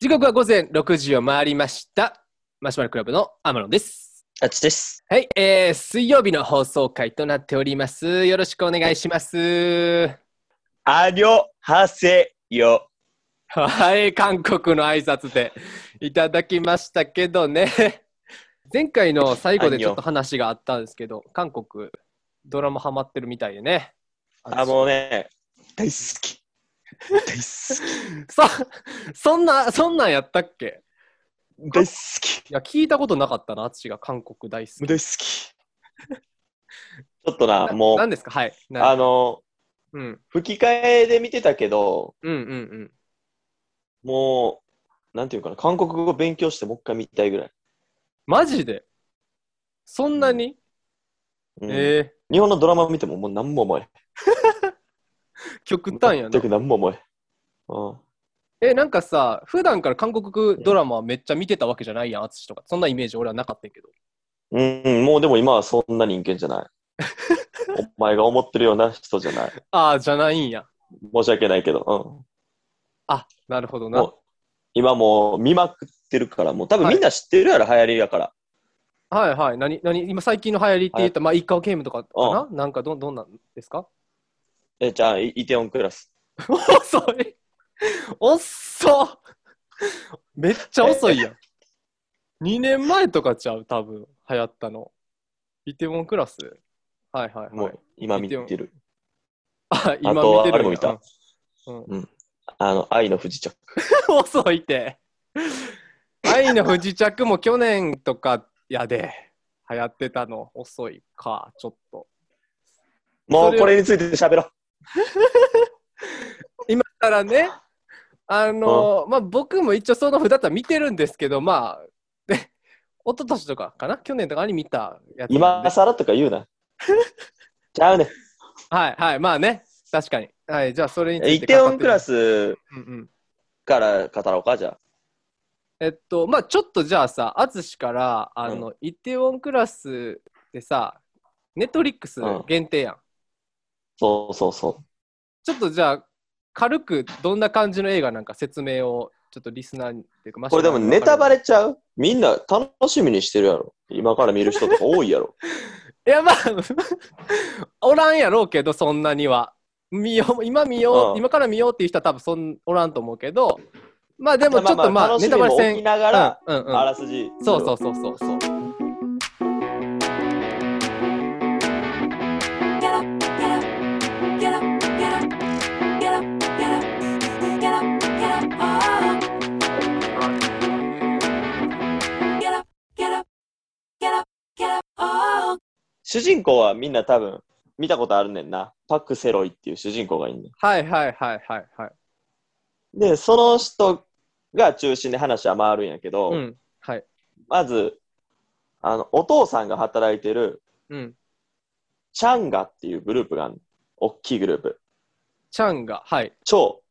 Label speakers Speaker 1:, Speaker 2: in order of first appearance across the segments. Speaker 1: 時刻は午前6時を回りました。マシュマロクラブのアマロンです。
Speaker 2: あっちです。
Speaker 1: はい、えー、水曜日の放送回となっております。よろしくお願いします。
Speaker 2: ありょはせよ。
Speaker 1: はい、韓国の挨拶でいただきましたけどね。前回の最後でちょっと話があったんですけど、韓国ドラマハマってるみたいでね。
Speaker 2: あ、もうね、大好き。大好
Speaker 1: そ、そんな、そんなんやったっけ
Speaker 2: き。大好き。
Speaker 1: いや、聞いたことなかったな、私が韓国大好き。
Speaker 2: 大好き。ちょっとな、
Speaker 1: な
Speaker 2: もう、
Speaker 1: 何ですかはい。な
Speaker 2: あの、
Speaker 1: うん、
Speaker 2: 吹き替えで見てたけど、
Speaker 1: うん、うん、うん。
Speaker 2: もう、なんていうかな、韓国語勉強してもう一回見たいぐらい。
Speaker 1: マジでそんなに、
Speaker 2: うん
Speaker 1: え
Speaker 2: 日本のドラマ見てももう何も思え
Speaker 1: ー、極
Speaker 2: ん。
Speaker 1: 端やな
Speaker 2: 全。く何も思えん。うん。
Speaker 1: え、なんかさ、普段から韓国ドラマめっちゃ見てたわけじゃないやん、淳とか。そんなイメージ俺はなかったんやけど。
Speaker 2: うんうん、もうでも今はそんな人間じゃない。 お前が思ってるような人じゃない。
Speaker 1: ああ、じゃないんや。
Speaker 2: 申し訳ないけど。うん。
Speaker 1: あ、なるほど
Speaker 2: も
Speaker 1: な
Speaker 2: う。今もう見まくってるから、もう多分みんな知ってるやろ、流行りやから。
Speaker 1: はいはい。何、何、今最近の流行りって言った、まあ、一家ゲームとかかななんかどん、どんなんですか
Speaker 2: え、じゃあ、イイテオンクラス。
Speaker 1: 遅い遅っめっちゃ遅いやん。2年前とかちゃう、多分流行ったの。イテウォンクラスはいはい
Speaker 2: も
Speaker 1: はい。
Speaker 2: う今見てる。
Speaker 1: あ、
Speaker 2: あ
Speaker 1: 今
Speaker 2: と
Speaker 1: 見てるんや
Speaker 2: あれも見た。
Speaker 1: うん
Speaker 2: あの、愛の不時着。
Speaker 1: 遅いって。愛の不時着も去年とかやで流行ってたの遅いか、ちょっと。
Speaker 2: も
Speaker 1: そうれを
Speaker 2: これについて喋ろ
Speaker 1: 今からね、あの、まあ僕も一応その札は見てるんですけど、まあ、で、一昨年とかかな去年とかに見たやつなんで
Speaker 2: う。今更とか言 うな。ちゃうね。
Speaker 1: はいはい、まあね、確かに。はい、じゃあそれについ
Speaker 2: イ
Speaker 1: て
Speaker 2: テオンクラ
Speaker 1: ス。
Speaker 2: ス
Speaker 1: うんうん
Speaker 2: から語ろうか、じゃ
Speaker 1: えっと、まあちょっとじゃあさ、淳から、あの、イテウォンクラスでさ、ネットリックス
Speaker 2: うん
Speaker 1: 限定やん。
Speaker 2: そうそうそ
Speaker 1: ちょっとじゃあ、軽くどんな感じの映画なんか説明を、ちょっとリスナーにっていうか、ま
Speaker 2: う。これでもネタバレちゃうみんな楽しみにしてるやろ。今から見る人とか多いやろ。
Speaker 1: いや、まあ、おらん やろうけど、そんなには。見よう、今見よう、
Speaker 2: うん
Speaker 1: 今から見ようっていう人は多分そんおらんと思うけど、まあでもちょっとまあ、
Speaker 2: 楽し
Speaker 1: ネタ
Speaker 2: み
Speaker 1: バレ
Speaker 2: も
Speaker 1: せ
Speaker 2: 起き
Speaker 1: ん。
Speaker 2: ながら、
Speaker 1: うんうんうん
Speaker 2: あらすじ。
Speaker 1: そうそうそうそうそう。
Speaker 3: Get up, get up, get up, get up, get up, get up, get up, get up, oh. Get up, get up, get up, get up, oh.
Speaker 2: 主人公はみんな多分見たことあるねんな。パク・セロイっていう主人公がいんねん。
Speaker 1: はいはいはいはいはい。
Speaker 2: で、その人が中心で話は回るんやけど、
Speaker 1: うん。はい。
Speaker 2: まず、あの、お父さんが働いてる
Speaker 1: うん。
Speaker 2: チャンガっていうグループがある大きいグループ。
Speaker 1: チャンが、はい。
Speaker 2: 超、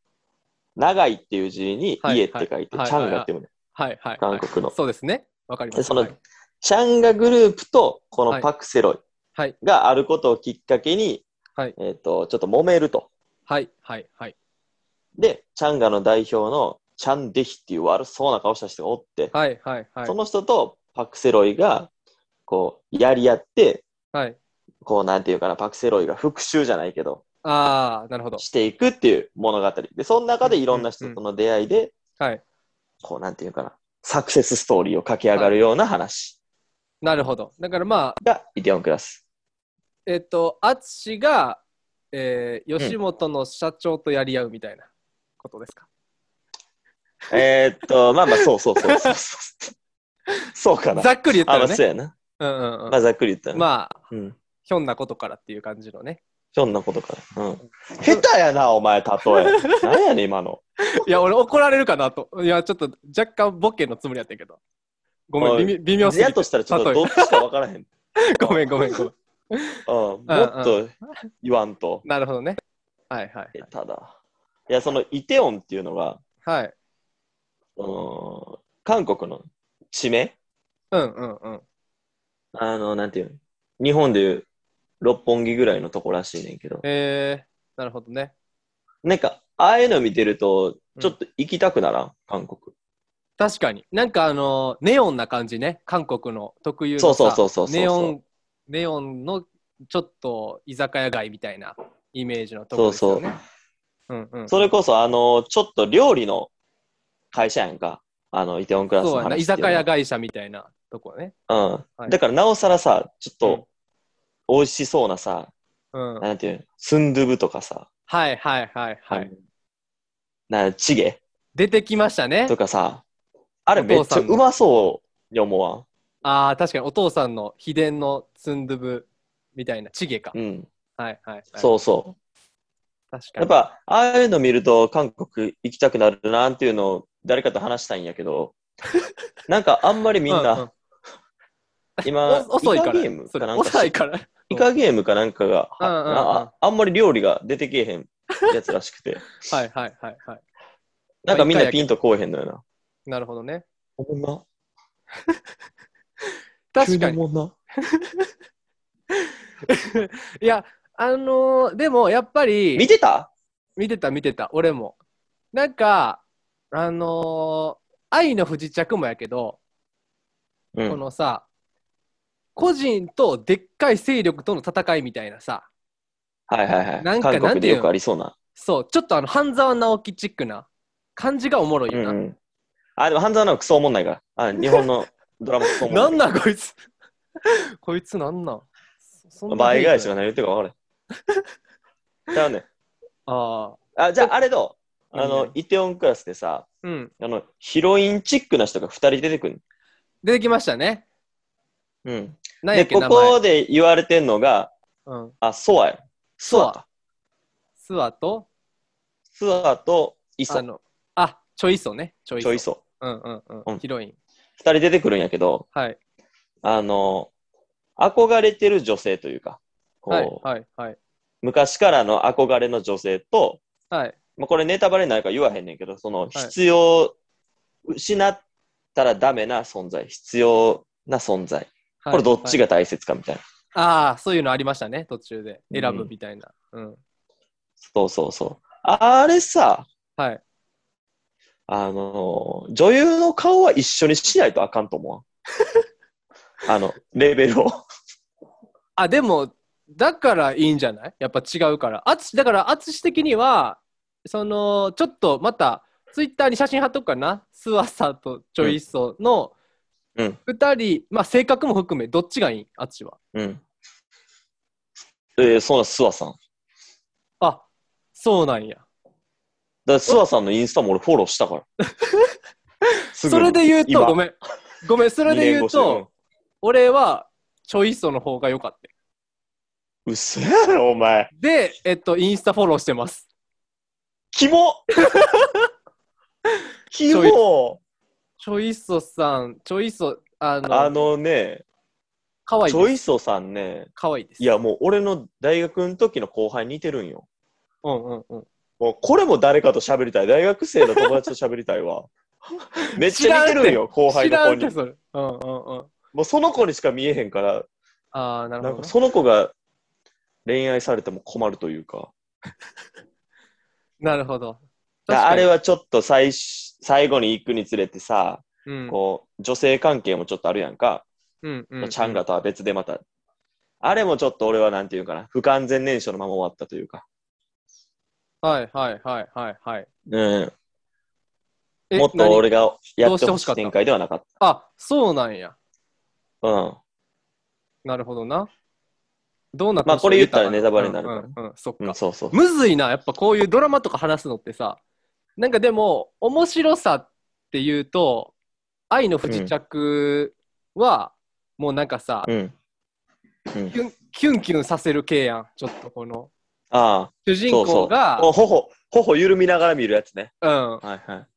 Speaker 2: 長いっていう字に
Speaker 1: はい
Speaker 2: 家って書いて、
Speaker 1: はい
Speaker 2: チャンガって読むね。
Speaker 1: はいはい、は
Speaker 2: 韓
Speaker 1: い。
Speaker 2: 国の
Speaker 1: そうですね。わかりま。
Speaker 2: ですその
Speaker 1: はい
Speaker 2: チャンガグループとこ
Speaker 1: は
Speaker 2: の
Speaker 1: い
Speaker 2: パクセロイ
Speaker 1: はい
Speaker 2: があることをきっかけに、
Speaker 1: はい
Speaker 2: えっ、と、ちょっと揉めると。
Speaker 1: はいはいはい。
Speaker 2: で、チャンガの代表のチャンデヒっていう悪そうな顔した人がおって、
Speaker 1: はいはいはい
Speaker 2: そ。の人とパクセロイが、こう、やり合って、
Speaker 1: はい。
Speaker 2: こう、なんていうかな、パクセロイが復讐じゃないけど、
Speaker 1: ああ、なるほど。
Speaker 2: していくっていう物語。で、その中でいろんな人との出会いで、
Speaker 1: はい。
Speaker 2: こう、なんていうかな、サクセスストーリーを駆け上がるような話
Speaker 1: なるほど。だからまあ、
Speaker 2: が、イテオンクラス。
Speaker 1: えっと、淳が、えー、吉本の社長とやり合うみたいなことですか。
Speaker 2: えーっと、 まあまあ、そうそうそうそうそう。そうかな。
Speaker 1: ざっくり言った
Speaker 2: あ、ま
Speaker 1: ら
Speaker 2: あ、そう
Speaker 1: ね。
Speaker 2: やな。
Speaker 1: うんうんうん
Speaker 2: まあ、ざっくり言ったら、ね。
Speaker 1: まあ、
Speaker 2: うん。
Speaker 1: ひょんなことからっていう感じのね。
Speaker 2: そんなことから。うん。下手やな、お 前、例え。なんやねん、今の。
Speaker 1: いや、俺怒られるかなと。いや、ちょっと若干ボケのつもりやったけど。ご
Speaker 2: お
Speaker 1: め
Speaker 2: い
Speaker 1: ん、微微妙すぎ
Speaker 2: や
Speaker 1: て
Speaker 2: と。したら、ちょっとどっちかわからへん。
Speaker 1: ごめん、ごめん、ごめん。
Speaker 2: うん、もっと言わんと。
Speaker 1: なるほどね。はいはい
Speaker 2: えただ。いや、そのイテオンっていうのが、
Speaker 1: はい。はい。
Speaker 2: あのー韓国の地名
Speaker 1: うんうんうん。
Speaker 2: あの、なんていうの日本でいう六本木ぐらいのとこらしいねんけど。
Speaker 1: えー、なるほどね。
Speaker 2: なんか、ああいうの見てると
Speaker 1: う、ん
Speaker 2: ちょっと行きたくならん、韓国。
Speaker 1: 確かに。なんかあの、ネオンな感じね。韓国の特有のさ。
Speaker 2: そうそうそうそうそう
Speaker 1: ネオン、ネオンのちょっと居酒屋街みたいなイメージのとこですよね。うんうん。
Speaker 2: それこそ、あの、ちょっと料理の会社やんか。あの、イテオンクラスの
Speaker 1: そう
Speaker 2: 話
Speaker 1: やな。
Speaker 2: っ
Speaker 1: 居
Speaker 2: ていうのは
Speaker 1: 酒屋会社みたいなとこね。
Speaker 2: うん。
Speaker 1: はい
Speaker 2: だから、なおさらさ、ちょっ
Speaker 1: うん
Speaker 2: と、美味しそうなさ、
Speaker 1: うん。はい
Speaker 2: なんていうのスンドゥブとかさ、
Speaker 1: はいはいは
Speaker 2: あ
Speaker 1: い
Speaker 2: の。なんチゲ
Speaker 1: 出てきましたね
Speaker 2: と。かさ、あれめっ
Speaker 1: お父
Speaker 2: ちゃ
Speaker 1: さんの
Speaker 2: うまそうに思わ
Speaker 1: ああ、確かにお父さんの秘伝のツンドゥブみたいな、チゲか
Speaker 2: ん。。うん。
Speaker 1: はいはいはい。
Speaker 2: そうそう。
Speaker 1: 確か
Speaker 2: やっ
Speaker 1: に。
Speaker 2: ぱ、ああいうの見ると、韓国行きたくなるなっていうのを誰かと話したいんやけ ど、なんかあんまりみん
Speaker 1: うう
Speaker 2: な、今、
Speaker 1: お遅いから。
Speaker 2: イカゲーム
Speaker 1: そ
Speaker 2: か
Speaker 1: れ
Speaker 2: なん
Speaker 1: 遅
Speaker 2: か
Speaker 1: い、から。
Speaker 2: イカゲームかなんかが、
Speaker 1: うんうんうん
Speaker 2: ああんまり料理が出てけえへんやつらしく て、
Speaker 1: はいはいはいはい。
Speaker 2: なんかみんなピンとこうへんのよな。
Speaker 1: なるほどね。
Speaker 2: おもんな
Speaker 1: 確か
Speaker 2: 急
Speaker 1: に。
Speaker 2: おもんない
Speaker 1: や、あのーでもやっぱり、
Speaker 2: 見てた
Speaker 1: 見てた見てた、俺も。なんか、あのー愛の不時着もやけど、
Speaker 2: う
Speaker 1: こ
Speaker 2: ん。
Speaker 1: のさ、個人とでっかい勢力との戦いみたいなさ、
Speaker 2: はいはいはい。
Speaker 1: なんか
Speaker 2: 韓
Speaker 1: なん
Speaker 2: 国
Speaker 1: て
Speaker 2: で
Speaker 1: いうの
Speaker 2: よくありそうな。
Speaker 1: そう、ちょっとあの、半沢直樹チックな感じがおもろいうよ
Speaker 2: ん
Speaker 1: な。
Speaker 2: うん。あ、でも半沢直樹クソおもんないから。あ日本のドラマクソおもん
Speaker 1: な
Speaker 2: ない。
Speaker 1: んなんこいつこいつなんなんそんな
Speaker 2: 倍返し
Speaker 1: ね。
Speaker 2: が何言ってるか分 からん。ちゃうねん。
Speaker 1: ああ。
Speaker 2: あ、じゃああれどうあ
Speaker 1: うん
Speaker 2: の、イテオンクラスでさ、
Speaker 1: うん。
Speaker 2: あの、ヒロインチックな人が2人出てくる。
Speaker 1: 出てきましたね。
Speaker 2: うん。
Speaker 1: なんやっ
Speaker 2: で、
Speaker 1: け、
Speaker 2: こ
Speaker 1: 名前。
Speaker 2: こで言われてんのが、
Speaker 1: うん。
Speaker 2: あ、ソアや。ソアか。
Speaker 1: スワと、
Speaker 2: ソアとイソ
Speaker 1: あ。の、あ、チョイソね。チョイ
Speaker 2: ち
Speaker 1: ソ。
Speaker 2: ょいそ。
Speaker 1: うんうんう。
Speaker 2: うんん
Speaker 1: ヒロイン。
Speaker 2: 2人出てくるんやけど、
Speaker 1: はい。
Speaker 2: あの、憧れてる女性というか、こう、
Speaker 1: はいはいはい。
Speaker 2: 昔からの憧れの女性と、
Speaker 1: はい。
Speaker 2: まあ、これネタバレになるから言わへんねんけど、その
Speaker 1: い
Speaker 2: 必要、失ったらダメな存在、必要な存在。これどっち
Speaker 1: が。
Speaker 2: が大切かみたいな。
Speaker 1: ああ、そういうのありましたね。途中で。
Speaker 2: うん
Speaker 1: 選ぶみたいな。うん。
Speaker 2: そうそうそう。あれさ、
Speaker 1: はい。
Speaker 2: あのー、女優の顔は一緒にしないとあかんと思 わん。あの、レベルを。
Speaker 1: あ、でも、だからいいんじゃないやっぱ違うから。あつだから、あつし的には、その、ちょっとまた、ツイッターに写真貼っとくかな。スワサとチョイソの
Speaker 2: うん
Speaker 1: 二人、まあ性格も含め、どっちがいいあっちは。
Speaker 2: うん。えー、そうなん、スワさん。だか
Speaker 1: あ、そうなんや。
Speaker 2: らスワさんのインスタも俺フォローしたから。 すぐ
Speaker 1: それで言うと、
Speaker 2: 今
Speaker 1: ごめん。ごめん、それで言う
Speaker 2: 二年越しうん
Speaker 1: と、俺は、チョイソの方が良かった。
Speaker 2: 嘘やろ、お前。
Speaker 1: で、えっと、インスタフォローしてます。
Speaker 2: キモキ
Speaker 1: ち
Speaker 2: モ
Speaker 1: チョイソさん、チョイソ、あの、
Speaker 2: あのね、
Speaker 1: かわいい
Speaker 2: チョ
Speaker 1: で
Speaker 2: イ
Speaker 1: す。
Speaker 2: ソさんね、
Speaker 1: かわいいです。
Speaker 2: いやもう俺の大学の時の後輩似てるんよ。
Speaker 1: うんうんうん。
Speaker 2: もうこれも誰かと喋りたい。大学生の友達と喋りたい わ。めっちゃ似てるんよ、後輩
Speaker 1: 知
Speaker 2: の
Speaker 1: ら
Speaker 2: 子
Speaker 1: んて、
Speaker 2: に。
Speaker 1: それ。うんうんうん。
Speaker 2: もうその子にしか見えへんから、
Speaker 1: ああ、なる
Speaker 2: なん
Speaker 1: ほど
Speaker 2: か
Speaker 1: ね。
Speaker 2: その子が恋愛されても困るというか。
Speaker 1: なるほど。
Speaker 2: だからあれ
Speaker 1: は、
Speaker 2: はちょっと最し最後に行くにつれてさ、
Speaker 1: うん、
Speaker 2: こう、女性関係もちょっとあるやんか。
Speaker 1: うんうん、
Speaker 2: チャンガとは別でまた、あれもちょっと俺はなんていうかな、不完全燃焼のまま終わったというか、
Speaker 1: はいはいはいはいはい。
Speaker 2: うん、
Speaker 1: え
Speaker 2: もっと俺がやって
Speaker 1: どうしてほ
Speaker 2: ほ
Speaker 1: し
Speaker 2: し
Speaker 1: かった
Speaker 2: い展開ではなかっ
Speaker 1: 何あ、そうなんや。
Speaker 2: た。うん。
Speaker 1: なるほどな。どうなって
Speaker 2: まあこれ言ったら
Speaker 1: ほしい
Speaker 2: ネタバレになるから
Speaker 1: うんうんうん、そっ
Speaker 2: うん、
Speaker 1: か。
Speaker 2: そうそう。
Speaker 1: むずいな、やっぱこういうドラマとか話すのってさ、なんかでも、面白さっていうと、愛の不時着は、もうなんかさ、
Speaker 2: うん。
Speaker 1: キュンキュンキュンさせる系やん、ちょっとこの。
Speaker 2: ああ、
Speaker 1: 主人
Speaker 2: そうそ
Speaker 1: 公
Speaker 2: う。
Speaker 1: が、
Speaker 2: もう頬、頬緩みながら見るやつね。
Speaker 1: うん、
Speaker 2: はいはい。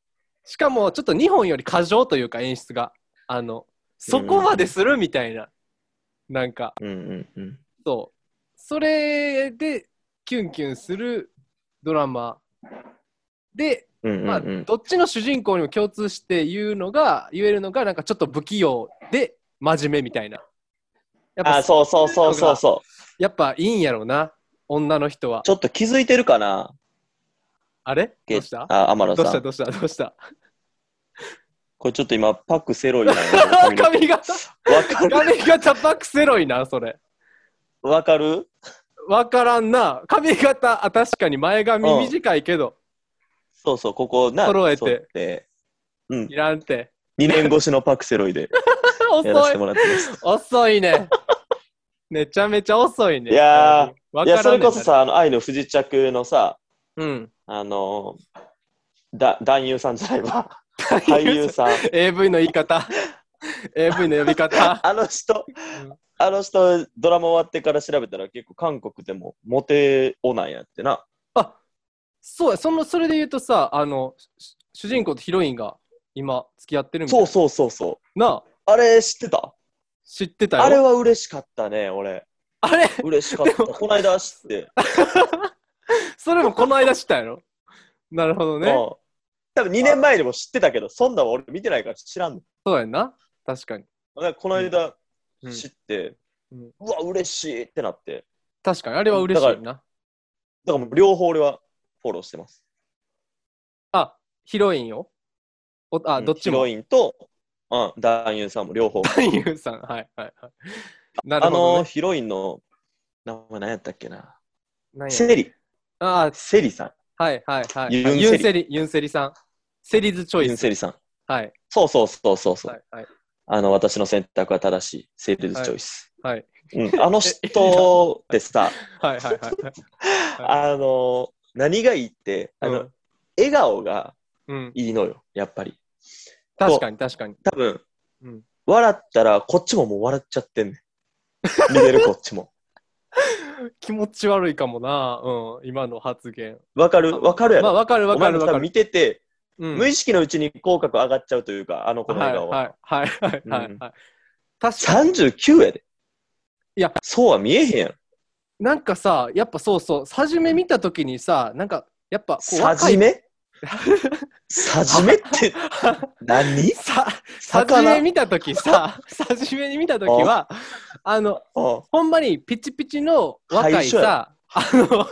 Speaker 1: しかもちょっと日本より過剰というか演出が、あの、そこまでするみたいな、なんか、
Speaker 2: うんうんうん。
Speaker 1: そう。それで、キュンキュンするドラマで、
Speaker 2: うんうん
Speaker 1: まあ、
Speaker 2: うん、
Speaker 1: どっちの主人公にも共通して言うのが言えるのがなんかちょっと不器用で真面目みたいなやっ
Speaker 2: あ
Speaker 1: ぱ
Speaker 2: あそうそうそうそうそう。
Speaker 1: やっぱいいんやろうな女の人は
Speaker 2: ちょっと気づいてるかな
Speaker 1: あれど
Speaker 2: ゲ
Speaker 1: うした
Speaker 2: あ、天
Speaker 1: ど
Speaker 2: 野
Speaker 1: うし
Speaker 2: さ
Speaker 1: た
Speaker 2: ん。
Speaker 1: どうしたどうした
Speaker 2: これちょっと今、パックセロイなの
Speaker 1: 髪型
Speaker 2: わかる
Speaker 1: 髪型パクセロイな、それ。
Speaker 2: わかる
Speaker 1: わからんな。髪型、あ、確かに前髪
Speaker 2: うん
Speaker 1: 短いけど、
Speaker 2: そうそう、ここな、
Speaker 1: 揃えて
Speaker 2: そうやって。うん
Speaker 1: い、らん て。
Speaker 2: 2年越しのパクセロイでやらせ
Speaker 1: 遅
Speaker 2: て
Speaker 1: い。
Speaker 2: もらってます。
Speaker 1: 遅いね。めちゃめちゃ遅いね。
Speaker 2: いやー
Speaker 1: わから
Speaker 2: い
Speaker 1: んね
Speaker 2: や、それこそ、さ、あの、愛の不時着のさ、
Speaker 1: うん。
Speaker 2: あのーだ、男優さんじゃないわ。俳 優さん。
Speaker 1: AV の言い方。AV の呼び方。
Speaker 2: あの人、あの人、ドラマ終わってから調べたら結構韓国でもモテオナやってな。
Speaker 1: そうやその、それで言うとさ、あの、し主人公とヒロインが今付き合ってるみたい
Speaker 2: そ
Speaker 1: な。
Speaker 2: うそうそうそう。
Speaker 1: なあ、
Speaker 2: あれ知ってた
Speaker 1: 知ってたよ。
Speaker 2: あれは嬉しかったね、俺。
Speaker 1: あれ
Speaker 2: 嬉しかった。
Speaker 1: でも
Speaker 2: こないだ知 って。
Speaker 1: それもこの間知ったやろ。 なるほど
Speaker 2: うん
Speaker 1: ね。。
Speaker 2: 多分2年前にも知ってたけど、そんなん俺見てないから知らんの。
Speaker 1: そうやんな。確かに。
Speaker 2: だからこの間
Speaker 1: うん
Speaker 2: 知って、
Speaker 1: う
Speaker 2: うん
Speaker 1: うん
Speaker 2: わ、嬉しいってなって。
Speaker 1: 確かに、あれは嬉しいな。
Speaker 2: だからもう両方俺はフォローしてます。
Speaker 1: あ、ヒロインよ。おあ、
Speaker 2: うん
Speaker 1: どっち
Speaker 2: ヒ
Speaker 1: も
Speaker 2: ロ。インと、うん、男優さんも 両方。
Speaker 1: 俳優さん。はいはいはい。な
Speaker 2: あ
Speaker 1: るほど、
Speaker 2: のー
Speaker 1: ね。
Speaker 2: ヒロインの名前何やったっけな。
Speaker 1: あの
Speaker 2: セリ。
Speaker 1: あ
Speaker 2: セリさん。
Speaker 1: はいはいはい。
Speaker 2: ユ
Speaker 1: ユン
Speaker 2: ンセリ
Speaker 1: セリ、ユンセリさん。セリズチョイ
Speaker 2: ユン
Speaker 1: ス。
Speaker 2: セリさん。
Speaker 1: はい
Speaker 2: そうそうそうそうそう、
Speaker 1: はいはい。
Speaker 2: あの、私の選択は正しい。セールズチョイス。
Speaker 1: はい
Speaker 2: うん、あの人っ てさ、
Speaker 1: はいはいはい。
Speaker 2: あの、何がいいって、あの、笑顔が
Speaker 1: うんうん。
Speaker 2: いいのよ、やっぱり。
Speaker 1: 確かに確かに。
Speaker 2: 多分、
Speaker 1: うん
Speaker 2: 笑ったら、こっちももう笑っちゃってんねん。見れるこ っちも。
Speaker 1: 気持ち悪いかもな。うん。今の発言。
Speaker 2: わかるわかるや
Speaker 1: まあ
Speaker 2: ろ、
Speaker 1: わかるわ
Speaker 2: お
Speaker 1: か
Speaker 2: 前
Speaker 1: るわ
Speaker 2: も多
Speaker 1: か
Speaker 2: 分
Speaker 1: る
Speaker 2: 見。てて、
Speaker 1: うん
Speaker 2: 無意識のうちに口角上がっちゃうというか、あの子の
Speaker 1: はいはい
Speaker 2: 笑顔は。
Speaker 1: はいはいはいはい。確かに。
Speaker 2: 39やで。
Speaker 1: いや、
Speaker 2: そうは見えへんやん。
Speaker 1: なんかさ、やっぱそうそう、初め見たときにさ、なんか、やっぱこう、
Speaker 2: さじ
Speaker 1: い
Speaker 2: めさじめって何
Speaker 1: さ、さじ
Speaker 2: 魚
Speaker 1: め見たときさ、 さじめに見たときは、あの、
Speaker 2: うん
Speaker 1: ほんまにピチピチの若いさ、あの、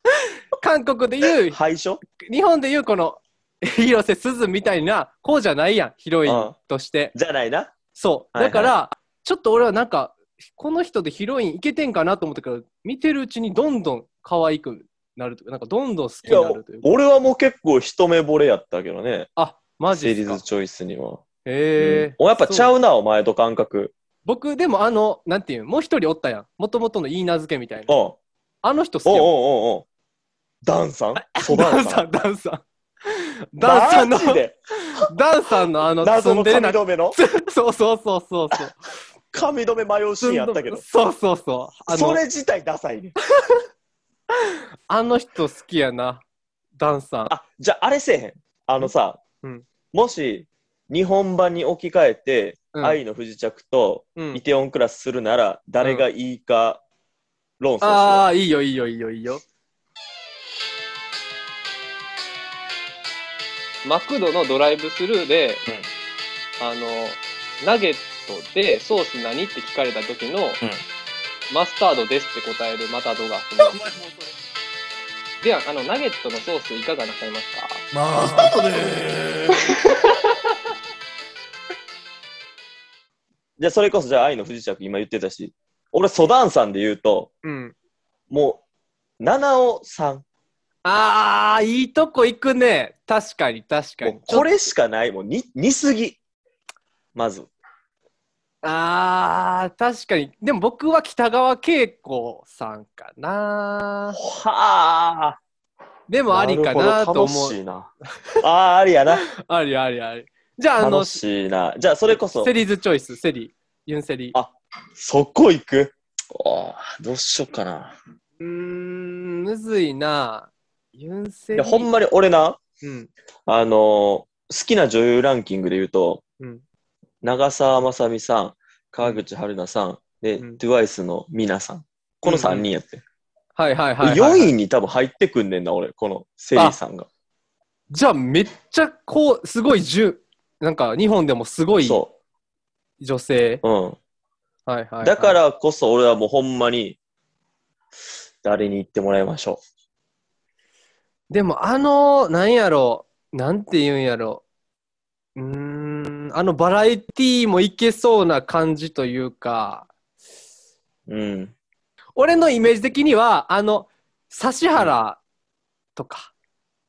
Speaker 1: 韓国で言う、
Speaker 2: 廃所
Speaker 1: 日本で言うこの、 広瀬すずみたいな子じゃないやん、ヒロイ
Speaker 2: うん
Speaker 1: ンとして。
Speaker 2: じゃないな。
Speaker 1: そう。
Speaker 2: はい
Speaker 1: だ
Speaker 2: はい
Speaker 1: から、ちょっと俺はなんか、この人でヒロインいけてんかなと思ったけど、見てるうちにどんどん可愛くなるというか、なんかどんどん好き
Speaker 2: い
Speaker 1: に
Speaker 2: や
Speaker 1: なるという、か。
Speaker 2: 俺はもう結構一目惚れやったけどね。
Speaker 1: あ、マジ
Speaker 2: セ
Speaker 1: っ
Speaker 2: リ
Speaker 1: す
Speaker 2: ー
Speaker 1: か
Speaker 2: ズ。チョイスには。
Speaker 1: へえ、
Speaker 2: おやっぱちゃ
Speaker 1: そう
Speaker 2: な、お前と感覚。
Speaker 1: 僕、でもあの、なんていうんもう一人おったやん。もともとのいい名付けみたいな。
Speaker 2: うん。おう
Speaker 1: あの人好き
Speaker 2: おう
Speaker 1: やん。
Speaker 2: おうおう。ダンさんソダ
Speaker 1: ダ
Speaker 2: ン
Speaker 1: ンさ
Speaker 2: さん。
Speaker 1: ん、ダンさん。ダンさんの
Speaker 2: マ、ジで
Speaker 1: ダンさんのあの、
Speaker 2: 謎
Speaker 1: ツン
Speaker 2: の
Speaker 1: デレ
Speaker 2: 髪
Speaker 1: な、
Speaker 2: 留 めの
Speaker 1: そうそうそうそうそう。
Speaker 2: 髪留め迷うシーンあったけど。
Speaker 1: そうそうそう。 あ
Speaker 2: そ
Speaker 1: の、
Speaker 2: れ自体ダサいね。
Speaker 1: あの人好きやな。ダンさん。
Speaker 2: あ、じゃああれせえへん。あのさ
Speaker 1: うん、
Speaker 2: もし日本版に置き換えて、
Speaker 1: うん
Speaker 2: 愛の不時着と
Speaker 1: うん
Speaker 2: イテオンクラスするなら、誰がいいか論争しよう。
Speaker 1: ああ、いいよ、いいよ、いいよ、いいよ。マクドのドライブスルーで、あの、ナゲットでソース何って聞かれた時の、マスタードですって答えるマタドがあってます。では、あの、ナゲットのソースいかがなさいますか
Speaker 4: マスタートでーす。
Speaker 2: じゃあ、それこそ、じゃあ、愛の不時着、今言ってたし、俺、ソダンさんで言うと、
Speaker 1: うん。
Speaker 2: もう、七尾さん。
Speaker 1: ああ、いいとこ行くね。確かに、確か
Speaker 2: も
Speaker 1: に
Speaker 2: う。これしかない。もう、に、似すぎ。まず。
Speaker 1: あー確かにでも僕は北川景子さんかな
Speaker 2: はあ。
Speaker 1: でもありかなと思
Speaker 2: 楽し
Speaker 1: う
Speaker 2: いな。ああ、あ りやな。
Speaker 1: ありありありじゃああの
Speaker 2: 楽しいな。じゃあ、それこそ
Speaker 1: セ、リーズチョイスセリユンセリ
Speaker 2: あそこ行く。ああ、どうしよっかな。
Speaker 1: うーんむずいなユンセ
Speaker 2: い
Speaker 1: リ
Speaker 2: や、ほんまに俺な、
Speaker 1: うん
Speaker 2: あのー好きな女優ランキングで言うと、
Speaker 1: うん
Speaker 2: 長澤まさみさん、川口春奈さん、で、
Speaker 1: うん
Speaker 2: TWICE のミナさん。この3人やって。
Speaker 1: はいはいはい、
Speaker 2: 4
Speaker 1: はい、
Speaker 2: 位に多分入ってくんねんな、俺、このセリーさんが。
Speaker 1: じゃあめっちゃこうすごい10なんか日本でもすごい
Speaker 2: そ
Speaker 1: 女性
Speaker 2: う。うん。
Speaker 1: はいはい、はい、
Speaker 2: だからこそ俺はもうほんまに、誰に言ってもらいましょ
Speaker 1: でもあのなんやろなんて言うんやろうーんうん、あのバラエティーもいけそうな感じというか、
Speaker 2: うん。
Speaker 1: 俺のイメージ的には、あの、指原とか、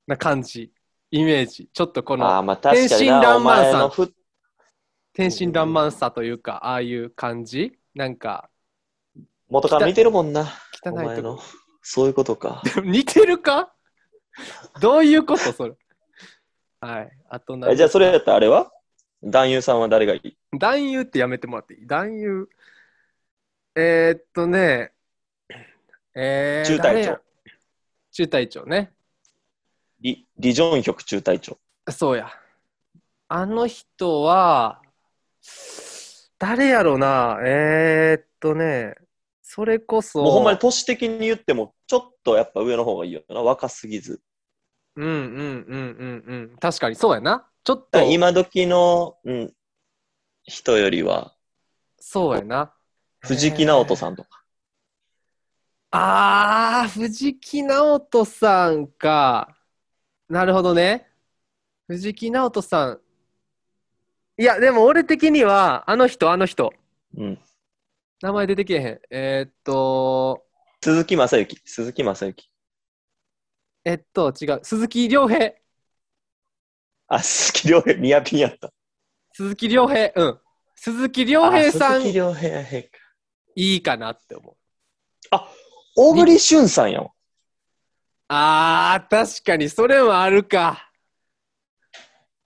Speaker 1: な感じ、イメージ。ちょっとこ
Speaker 2: あ
Speaker 1: の、
Speaker 2: あ、まあ確かに
Speaker 1: 天真
Speaker 2: な、
Speaker 1: 爛漫さん
Speaker 2: お前のふ
Speaker 1: 天真爛漫さというか、ああいう感じなんか、
Speaker 2: 元から見てるもんな。
Speaker 1: 汚
Speaker 2: お
Speaker 1: い
Speaker 2: 前
Speaker 1: と
Speaker 2: の。そうい うことか。
Speaker 1: こ。 似てるかどういうことそれ。はい。あと何
Speaker 2: えじゃあ、それやったらあれは男優さんは誰がいい
Speaker 1: 男優ってやめてもらっていい男優。えー、っとね、えー、
Speaker 2: 中隊
Speaker 1: 誰や
Speaker 2: 長。
Speaker 1: 中隊長ね。
Speaker 2: リリ・ジョンヒョク中隊長。
Speaker 1: そうや。あの人は、誰やろな、えー、っとね、それこそ、
Speaker 2: もうほんまに都市的に言っても、ちょっとやっぱ上の方がいいよな。若すぎず。
Speaker 1: うんうんうんうんうん、確かにそうやな。ちょっ
Speaker 2: だ
Speaker 1: と
Speaker 2: から、今時の、うん、人よりは、
Speaker 1: そうやな。
Speaker 2: 藤木直人さんとか。
Speaker 1: あー、藤木直人さんか。なるほどね。藤木直人さん。いや、でも俺的には、あの人、あの人。
Speaker 2: うん。
Speaker 1: 名前出てけえへん。えー、っと、
Speaker 2: 鈴木正幸。鈴木正幸。
Speaker 1: えっと、違う。鈴木亮平。
Speaker 2: あ、鈴木亮平、ニアピンやった。
Speaker 1: 鈴木亮平。うん。鈴木亮平さ
Speaker 2: あ
Speaker 1: ん、
Speaker 2: 鈴木
Speaker 1: い
Speaker 2: 亮平やへんか。
Speaker 1: いかなって思う。
Speaker 2: 小栗旬さんやん。
Speaker 1: あー、確かに、それもあるか。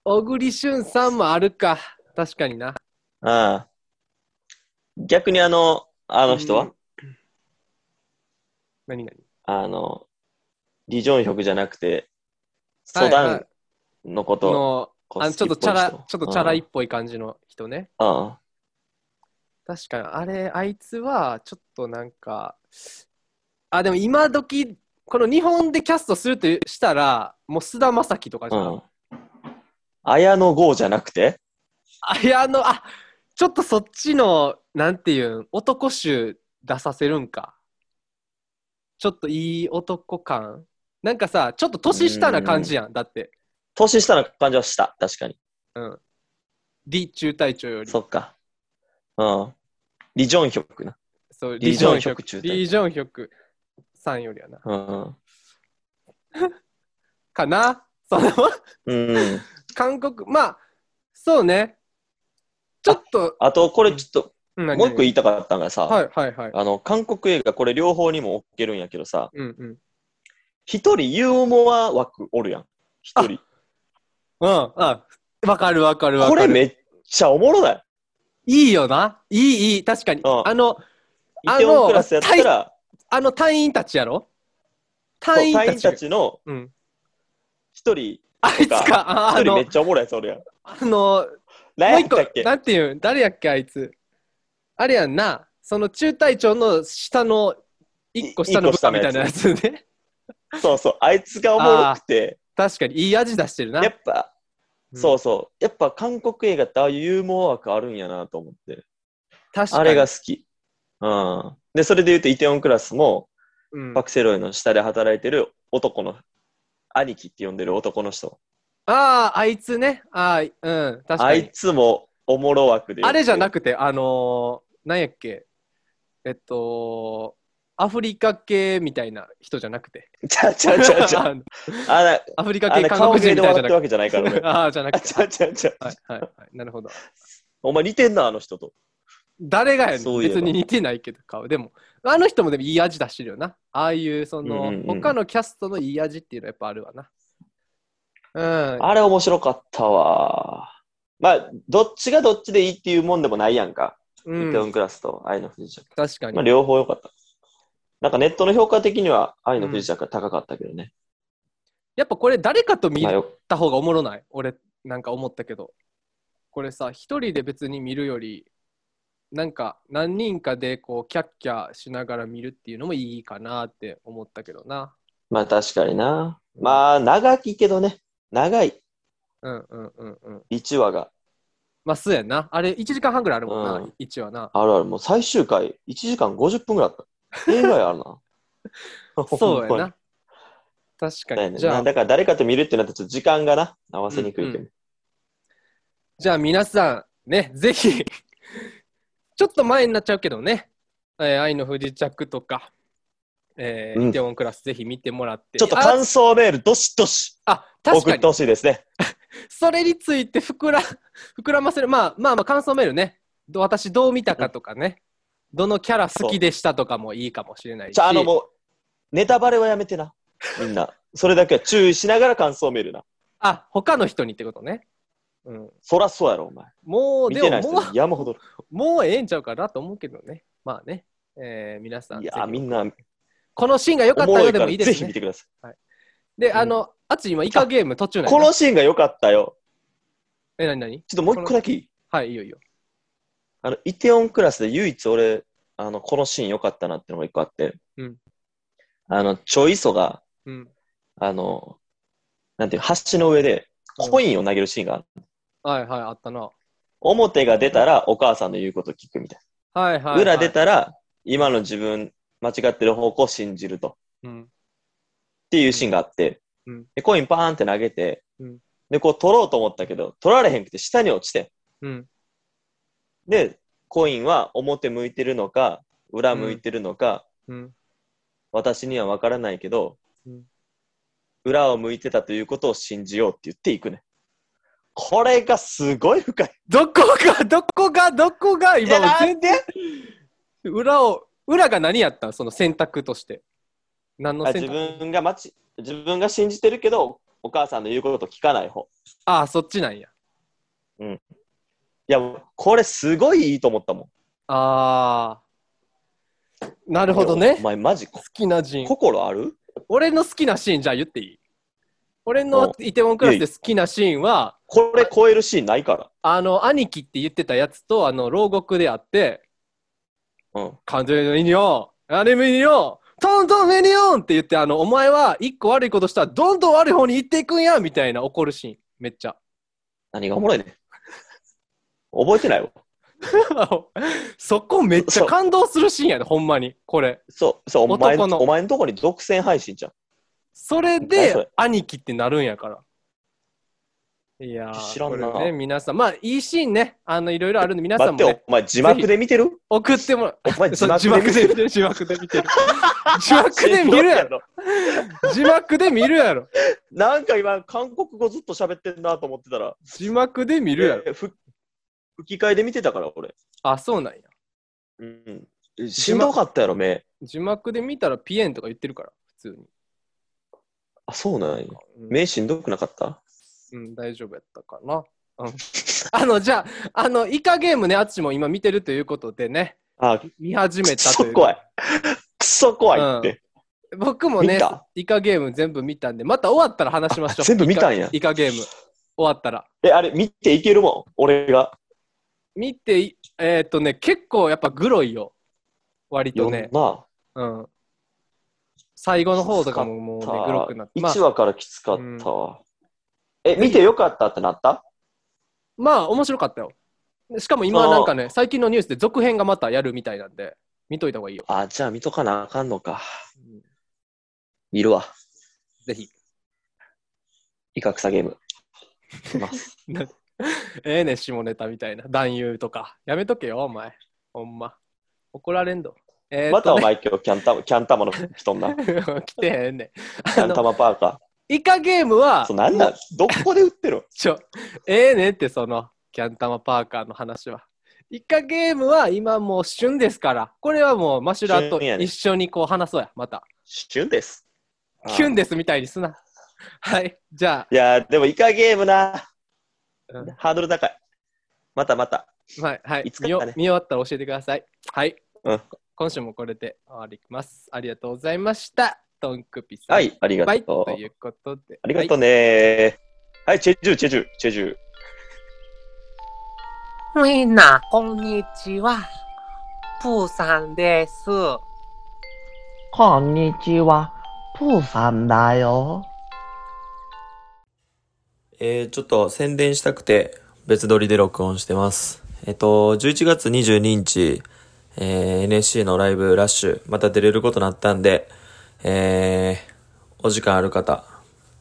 Speaker 1: 小栗旬さんもあるか。確かにな。
Speaker 2: ああ。逆にあの、あの人は、
Speaker 1: うん何々。
Speaker 2: あの、リ・ジョンヒョクじゃなくて、
Speaker 1: はい
Speaker 2: ソダンのこと、
Speaker 1: の
Speaker 2: こう
Speaker 1: あのちょっとチャラ、ち
Speaker 2: 好
Speaker 1: ょ
Speaker 2: き
Speaker 1: っとチャラい
Speaker 2: っ
Speaker 1: っぽい感じの人ね。
Speaker 2: ぽい人うんうん
Speaker 1: 確かに、あれ、あいつは、ちょっとなんか、あ、でも今時、この日本でキャストするとしたら、もう菅田将暉とかじゃん。
Speaker 2: うん。綾野剛じゃなくて
Speaker 1: あ、いや、あの、あ、ちょっとそっちの、なんていうん、男臭出させるんか。ちょっといい男感なんかさ、ちょっと年下な感じやん。だって、
Speaker 2: 年下の感じはした。確かに。
Speaker 1: 李中隊長より。
Speaker 2: そっか。うん。リ・ジョンヒョクな。
Speaker 1: そう、
Speaker 2: リ
Speaker 1: リ・
Speaker 2: ジ
Speaker 1: ジ
Speaker 2: ョ
Speaker 1: ョン
Speaker 2: ンヒ
Speaker 1: ヒ
Speaker 2: ョ
Speaker 1: ョ
Speaker 2: ク
Speaker 1: ク
Speaker 2: 中。隊長
Speaker 1: リ・ジョンヒョクさんよりやな。
Speaker 2: うん。
Speaker 1: かなその
Speaker 2: うん。
Speaker 1: 韓国、まあ、そうね。ちょっと、
Speaker 2: あと、これちょっと、
Speaker 1: うん
Speaker 2: もう一個言いたかったのがさ、
Speaker 1: はいはいはい。
Speaker 2: あの、韓国映画、これ両方にも置けるんやけどさ、
Speaker 1: うんうん。
Speaker 2: 一人ユーモア枠おるやん。一人。
Speaker 1: うん、あ、わかるわかるわ
Speaker 2: こ
Speaker 1: かる。
Speaker 2: れめっちゃおもろない。
Speaker 1: いいよな。いいいい、確かに。
Speaker 2: うん
Speaker 1: あの、あの
Speaker 2: イテウォンクラスやったら、
Speaker 1: あの隊員たちやろ
Speaker 2: そう
Speaker 1: 隊員
Speaker 2: 隊
Speaker 1: た
Speaker 2: 員
Speaker 1: ちが。
Speaker 2: たちの
Speaker 1: うん。
Speaker 2: 一人、
Speaker 1: あいつか、あ
Speaker 2: 一
Speaker 1: あ
Speaker 2: 人めっ
Speaker 1: の、
Speaker 2: ちゃおもろいやつおるやん。
Speaker 1: あの、
Speaker 2: 何
Speaker 1: もう一
Speaker 2: やったっ
Speaker 1: 個、
Speaker 2: け
Speaker 1: なんていうん、誰やっけ、あいつ。あれやんな、その中隊長の下の、一個下の部下みたいなやつね。
Speaker 2: そうそう、あいつがおもろくて、
Speaker 1: 確かに、いい味出してるな。
Speaker 2: やっぱ、そう
Speaker 1: うん。
Speaker 2: そう、やっぱ韓国映画ってああいうユーモア枠あるんやなと思って、
Speaker 1: 確かに。
Speaker 2: あれが好き。うん。で、それで言うと、イテウォンクラスも、
Speaker 1: うん、
Speaker 2: パクセロイの下で働いてる男の、兄貴って呼んでる男の人。
Speaker 1: ああ、あいつね。ああ、うん、確
Speaker 2: あ
Speaker 1: か
Speaker 2: い
Speaker 1: に。
Speaker 2: つもおもろ枠で。
Speaker 1: あれじゃな
Speaker 2: く
Speaker 1: くて、あのー、なんやっけ、えっと、アフリカ系みたいな人じゃなくて。
Speaker 2: て。ちゃうちゃうちゃう ちゃう。あら、
Speaker 1: アフリカ
Speaker 2: あ
Speaker 1: 系
Speaker 2: ら
Speaker 1: 韓
Speaker 2: 顔
Speaker 1: 国
Speaker 2: 芸
Speaker 1: 人
Speaker 2: で
Speaker 1: み
Speaker 2: 終
Speaker 1: た
Speaker 2: わ
Speaker 1: いじ
Speaker 2: っ
Speaker 1: ゃなくて。
Speaker 2: てるわけじゃないからね。
Speaker 1: ああ、じゃな
Speaker 2: あ、
Speaker 1: くて。
Speaker 2: ちゃうちゃうちゃう。
Speaker 1: はいはいはい。なるほど。
Speaker 2: お前似てんな、あの人と。
Speaker 1: 誰がやね
Speaker 2: そ
Speaker 1: ん。
Speaker 2: ういえば
Speaker 1: 別に似てないけど、顔。でも、あの人もでもいい味出してるよな。ああいう、その、
Speaker 2: うんうんうん
Speaker 1: 他のキャストのいい味っていうのはやっぱあるわな。うん。
Speaker 2: あれ面白かったわ。まあ、どっちがどっちでいいっていうもんでもないやんか。
Speaker 1: う
Speaker 2: イ
Speaker 1: ん
Speaker 2: テウォンクラスと愛の不時着。
Speaker 1: 確か
Speaker 2: まあ、
Speaker 1: に。
Speaker 2: 両方良かった。なんかネットの評価的には愛の不時着が高かったけどね。
Speaker 1: やっぱこれ、誰かと見
Speaker 2: まあ
Speaker 1: る
Speaker 2: よ
Speaker 1: った方がおもろない俺なんか思ったけどこれさ一人で別に見るよりなんか何人かでこうキャッキャしながら見るっていうのもいいかなって思ったけどな
Speaker 2: まあ確かにな。まあ、長きけどね。長い。
Speaker 1: うんうんうんうん
Speaker 2: 1話が。
Speaker 1: まあそうやんなあれ1時間半ぐらいあるもん
Speaker 2: う
Speaker 1: なん1話な。
Speaker 2: あるある。もう最終回、1時間50分ぐらいあった。映画やあるな
Speaker 1: そうや
Speaker 2: ほんまに
Speaker 1: な確か
Speaker 2: だよ
Speaker 1: に
Speaker 2: ね
Speaker 1: じゃ
Speaker 2: な
Speaker 1: あ
Speaker 2: だから誰かと見るってなったらちょっと時間がな、合わせにくいけど。
Speaker 1: うんじゃあ皆さん、ね、 ぜひ、ちょっと前になっちゃうけどね、えー愛の不時着とか、えー
Speaker 2: うん
Speaker 1: イテウォンクラスぜひ見てもらって。
Speaker 2: ちょっと
Speaker 1: あ
Speaker 2: 感想メール、どしどし
Speaker 1: あ、確
Speaker 2: 送
Speaker 1: か
Speaker 2: って
Speaker 1: に。
Speaker 2: ほしいですね。
Speaker 1: それについて膨ら、 膨らませる。まあまあまあ、感想メールね。ど私どう見たかとかね。どのキャラ好きでしたとかもいいかもしれないし。
Speaker 2: じゃあ、あの、もう、ネタバレはやめてな。みんな。それだけは注意しながら感想メールな。
Speaker 1: あ、他の人にってことね。うん。
Speaker 2: そらそうやろ、お前。
Speaker 1: もう、
Speaker 2: 見
Speaker 1: で
Speaker 2: てない
Speaker 1: も、も
Speaker 2: 人
Speaker 1: う、
Speaker 2: 山ほど。
Speaker 1: もうええんちゃうかなと思うけどね。まあね。えー皆さん
Speaker 2: い
Speaker 1: ぜ
Speaker 2: や
Speaker 1: ひ、
Speaker 2: ー、みんな、
Speaker 1: このシーンが良か
Speaker 2: お
Speaker 1: った
Speaker 2: もろ
Speaker 1: よ
Speaker 2: い
Speaker 1: でも
Speaker 2: から、
Speaker 1: いいで
Speaker 2: ぜ
Speaker 1: す
Speaker 2: ひ
Speaker 1: ね
Speaker 2: 見。てくださ
Speaker 1: で、あの、あっち今、イカゲーム途中
Speaker 2: い。
Speaker 1: なん
Speaker 2: こ
Speaker 1: やな
Speaker 2: のシーンが良かったよ。
Speaker 1: え、なになに
Speaker 2: ちょっともう一個だけいい。
Speaker 1: はい、いいよいいよ。
Speaker 2: あの、イテオンクラスで唯一俺、あの、このシーン良かったなってのが一個あって。
Speaker 1: うん
Speaker 2: あの、ちょいそが、
Speaker 1: うん。
Speaker 2: あの、なんていう、橋の上で、コインを投げるシーンがある。
Speaker 1: はいはい、あったな。は
Speaker 2: 表が出たら、お母さんの言うことを聞くみたい
Speaker 1: いはい、
Speaker 2: な。
Speaker 1: はい。
Speaker 2: 裏出。たら、今の自分、間違ってる方向を信じると。
Speaker 1: うん。
Speaker 2: っていうシーンがあって、
Speaker 1: うん
Speaker 2: でコインパーンって投げて、
Speaker 1: うん
Speaker 2: で、こう取ろうと思ったけど、取られへんくて下に落ちて、
Speaker 1: うん。
Speaker 2: で、コインは表向いてるのか、裏向いてるのか、
Speaker 1: うん。
Speaker 2: 私には分からないけど、
Speaker 1: うん
Speaker 2: 裏を向いてたということを信じようって言っていくね。これがすごい深い。
Speaker 1: どこが、どこが、どこが、
Speaker 2: い
Speaker 1: 今
Speaker 2: や、
Speaker 1: もう
Speaker 2: なん
Speaker 1: 全
Speaker 2: で
Speaker 1: 然、裏を、裏が何やったんその選択として。何の
Speaker 2: あ
Speaker 1: 選
Speaker 2: 自
Speaker 1: 択
Speaker 2: 分がまち、自分が信じてるけど、お母さんの言うことを聞かない方。
Speaker 1: ああ、そっちなんや。
Speaker 2: いや、もうこれすごいいいと思ったもん。
Speaker 1: ああ。なるほど
Speaker 2: お
Speaker 1: ね。
Speaker 2: 前マジ、
Speaker 1: 好
Speaker 2: こ
Speaker 1: きな人。
Speaker 2: 心ある
Speaker 1: 俺の好きなシーン、じゃあ言っていい俺のイテウォンクラスで好きなシーンは、
Speaker 2: これ超えるシーンないから。
Speaker 1: あの、兄貴って言ってたやつと、あの、牢獄であって、
Speaker 2: うん。
Speaker 1: 完全の意味を、アニメによ、トントンメニオンって言って、あの、お前は一個悪いことしたら、どんどん悪い方に行っていくんやみたいな怒るシーン、めっちゃ。
Speaker 2: 何がおもろいねん。覚えてないわ。
Speaker 1: そこめっちゃ感動するシーンやで、ほんまに、これ。
Speaker 2: そう、そう、お前
Speaker 1: 男の
Speaker 2: の、お前のとこに独占配信じゃん。
Speaker 1: それ
Speaker 2: 何そ
Speaker 1: で
Speaker 2: れ、
Speaker 1: 兄貴ってなるんやから。いやー、
Speaker 2: 知らんな
Speaker 1: これね、皆さん、まあ、いいシーンね、あの、いろいろあるんで、皆さ
Speaker 2: 待
Speaker 1: ん
Speaker 2: って
Speaker 1: も、
Speaker 2: よ
Speaker 1: ね、、
Speaker 2: お前字幕で見てる
Speaker 1: 送ってもらう。
Speaker 2: お前字
Speaker 1: そう
Speaker 2: 幕
Speaker 1: 字
Speaker 2: で見
Speaker 1: 幕で見
Speaker 2: てる
Speaker 1: てる、字幕で見てる。字幕で見るやろ。
Speaker 2: ろ。
Speaker 1: 字幕で見るやろ。
Speaker 2: なんか今、韓国語ずっと喋ってんなと思ってたら、
Speaker 1: 字幕で見るやろ。
Speaker 2: えーふ吹き替えで見てたから、俺。
Speaker 1: あ、そうなんや。
Speaker 2: うん。えしんどかったやろ、目。
Speaker 1: 字幕で見たらピエンとか言ってるから、普通に。
Speaker 2: あ、そうなんや。
Speaker 1: うん
Speaker 2: 目しんどくなかった
Speaker 1: うん、大丈夫やったかな。うんあの、じゃあ、あの、イカゲームね、あっちも今見てるということでね、
Speaker 2: あ、
Speaker 1: 見始め
Speaker 2: く
Speaker 1: たと
Speaker 2: そ
Speaker 1: いう。
Speaker 2: 怖い。くそ怖いって。
Speaker 1: 僕もね
Speaker 2: 見た、
Speaker 1: イカゲーム全部見たんで、また終わったら話しましょう。
Speaker 2: あ全部見たんや
Speaker 1: イカイカゲーム。終わったら。
Speaker 2: え、あれ、見ていけるもん、俺が。
Speaker 1: 見てい、えーっとね、結構やっぱグロいよ。割と
Speaker 2: よ
Speaker 1: ね。
Speaker 2: な。
Speaker 1: うん。最後の方とかももうね、グロくなって。まあ
Speaker 2: 1話からきつかったわ。え、見てよかったってなった
Speaker 1: まあ面白かったよ。でしかも今
Speaker 2: その
Speaker 1: なんかね、最近のニュースで続編がまたやるみたいなんで、見といた方がいいよ。
Speaker 2: あ、じゃあ見とかなあかんのか。見るわ。
Speaker 1: ぜひ。
Speaker 2: 威嚇さゲーム。
Speaker 1: ええね、下ネタみたいな。男優とか。やめとけよ、お前。ほんま。怒られんど。えー
Speaker 2: ま
Speaker 1: っと
Speaker 2: たお
Speaker 1: ね、
Speaker 2: 前今日キャン タマ、キャンタマの人んな。キ
Speaker 1: 来てへんねん。
Speaker 2: ャ
Speaker 1: あ
Speaker 2: ンタ
Speaker 1: の、
Speaker 2: マパーカ
Speaker 1: イカゲーム
Speaker 2: ー。
Speaker 1: は
Speaker 2: そう、、なんなんどこで売ってる
Speaker 1: ちょ、ええねんって、その、キャンタマパーカーの話は。イカゲームは今もう旬ですから、これはもうマシュラと
Speaker 2: 旬やね
Speaker 1: 一緒にこう話そうや、また。
Speaker 2: キュ ンです。
Speaker 1: キュン
Speaker 2: で。
Speaker 1: ですみたいにすな。はい、じゃあ。
Speaker 2: いやー、でもイカゲームな
Speaker 1: うん。
Speaker 2: ハードル高い。またまた。
Speaker 1: はい、はい、
Speaker 2: いつか
Speaker 1: 見よ
Speaker 2: だね
Speaker 1: 見終わったら教えてください。はい、
Speaker 2: うん
Speaker 1: 今週もこれで終わります。ありがとうございました。トンクピさん。
Speaker 2: は、い、ありが
Speaker 1: バイ
Speaker 2: と
Speaker 1: と
Speaker 2: う。
Speaker 1: いうことで。
Speaker 2: ありがとうねはい、チェジュ、チェジュ、チェジュ。
Speaker 5: みんな、こんにちは。プーさんです。
Speaker 6: こんにちは、プーさんだよ。
Speaker 7: えーちょっと宣伝したくて別撮りで録音してます。えっと、11月22日、えー NSC のライブラッシュ、また出れることになったんで、えーお時間ある方、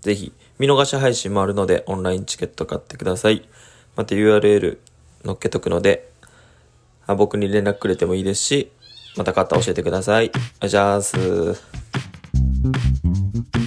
Speaker 7: ぜひ、見逃し配信もあるので、オンラインチケット買ってください。
Speaker 2: また URL 載っけとくので、あ僕に連絡くれてもいいですし、また買ったら教えてください。お願いします。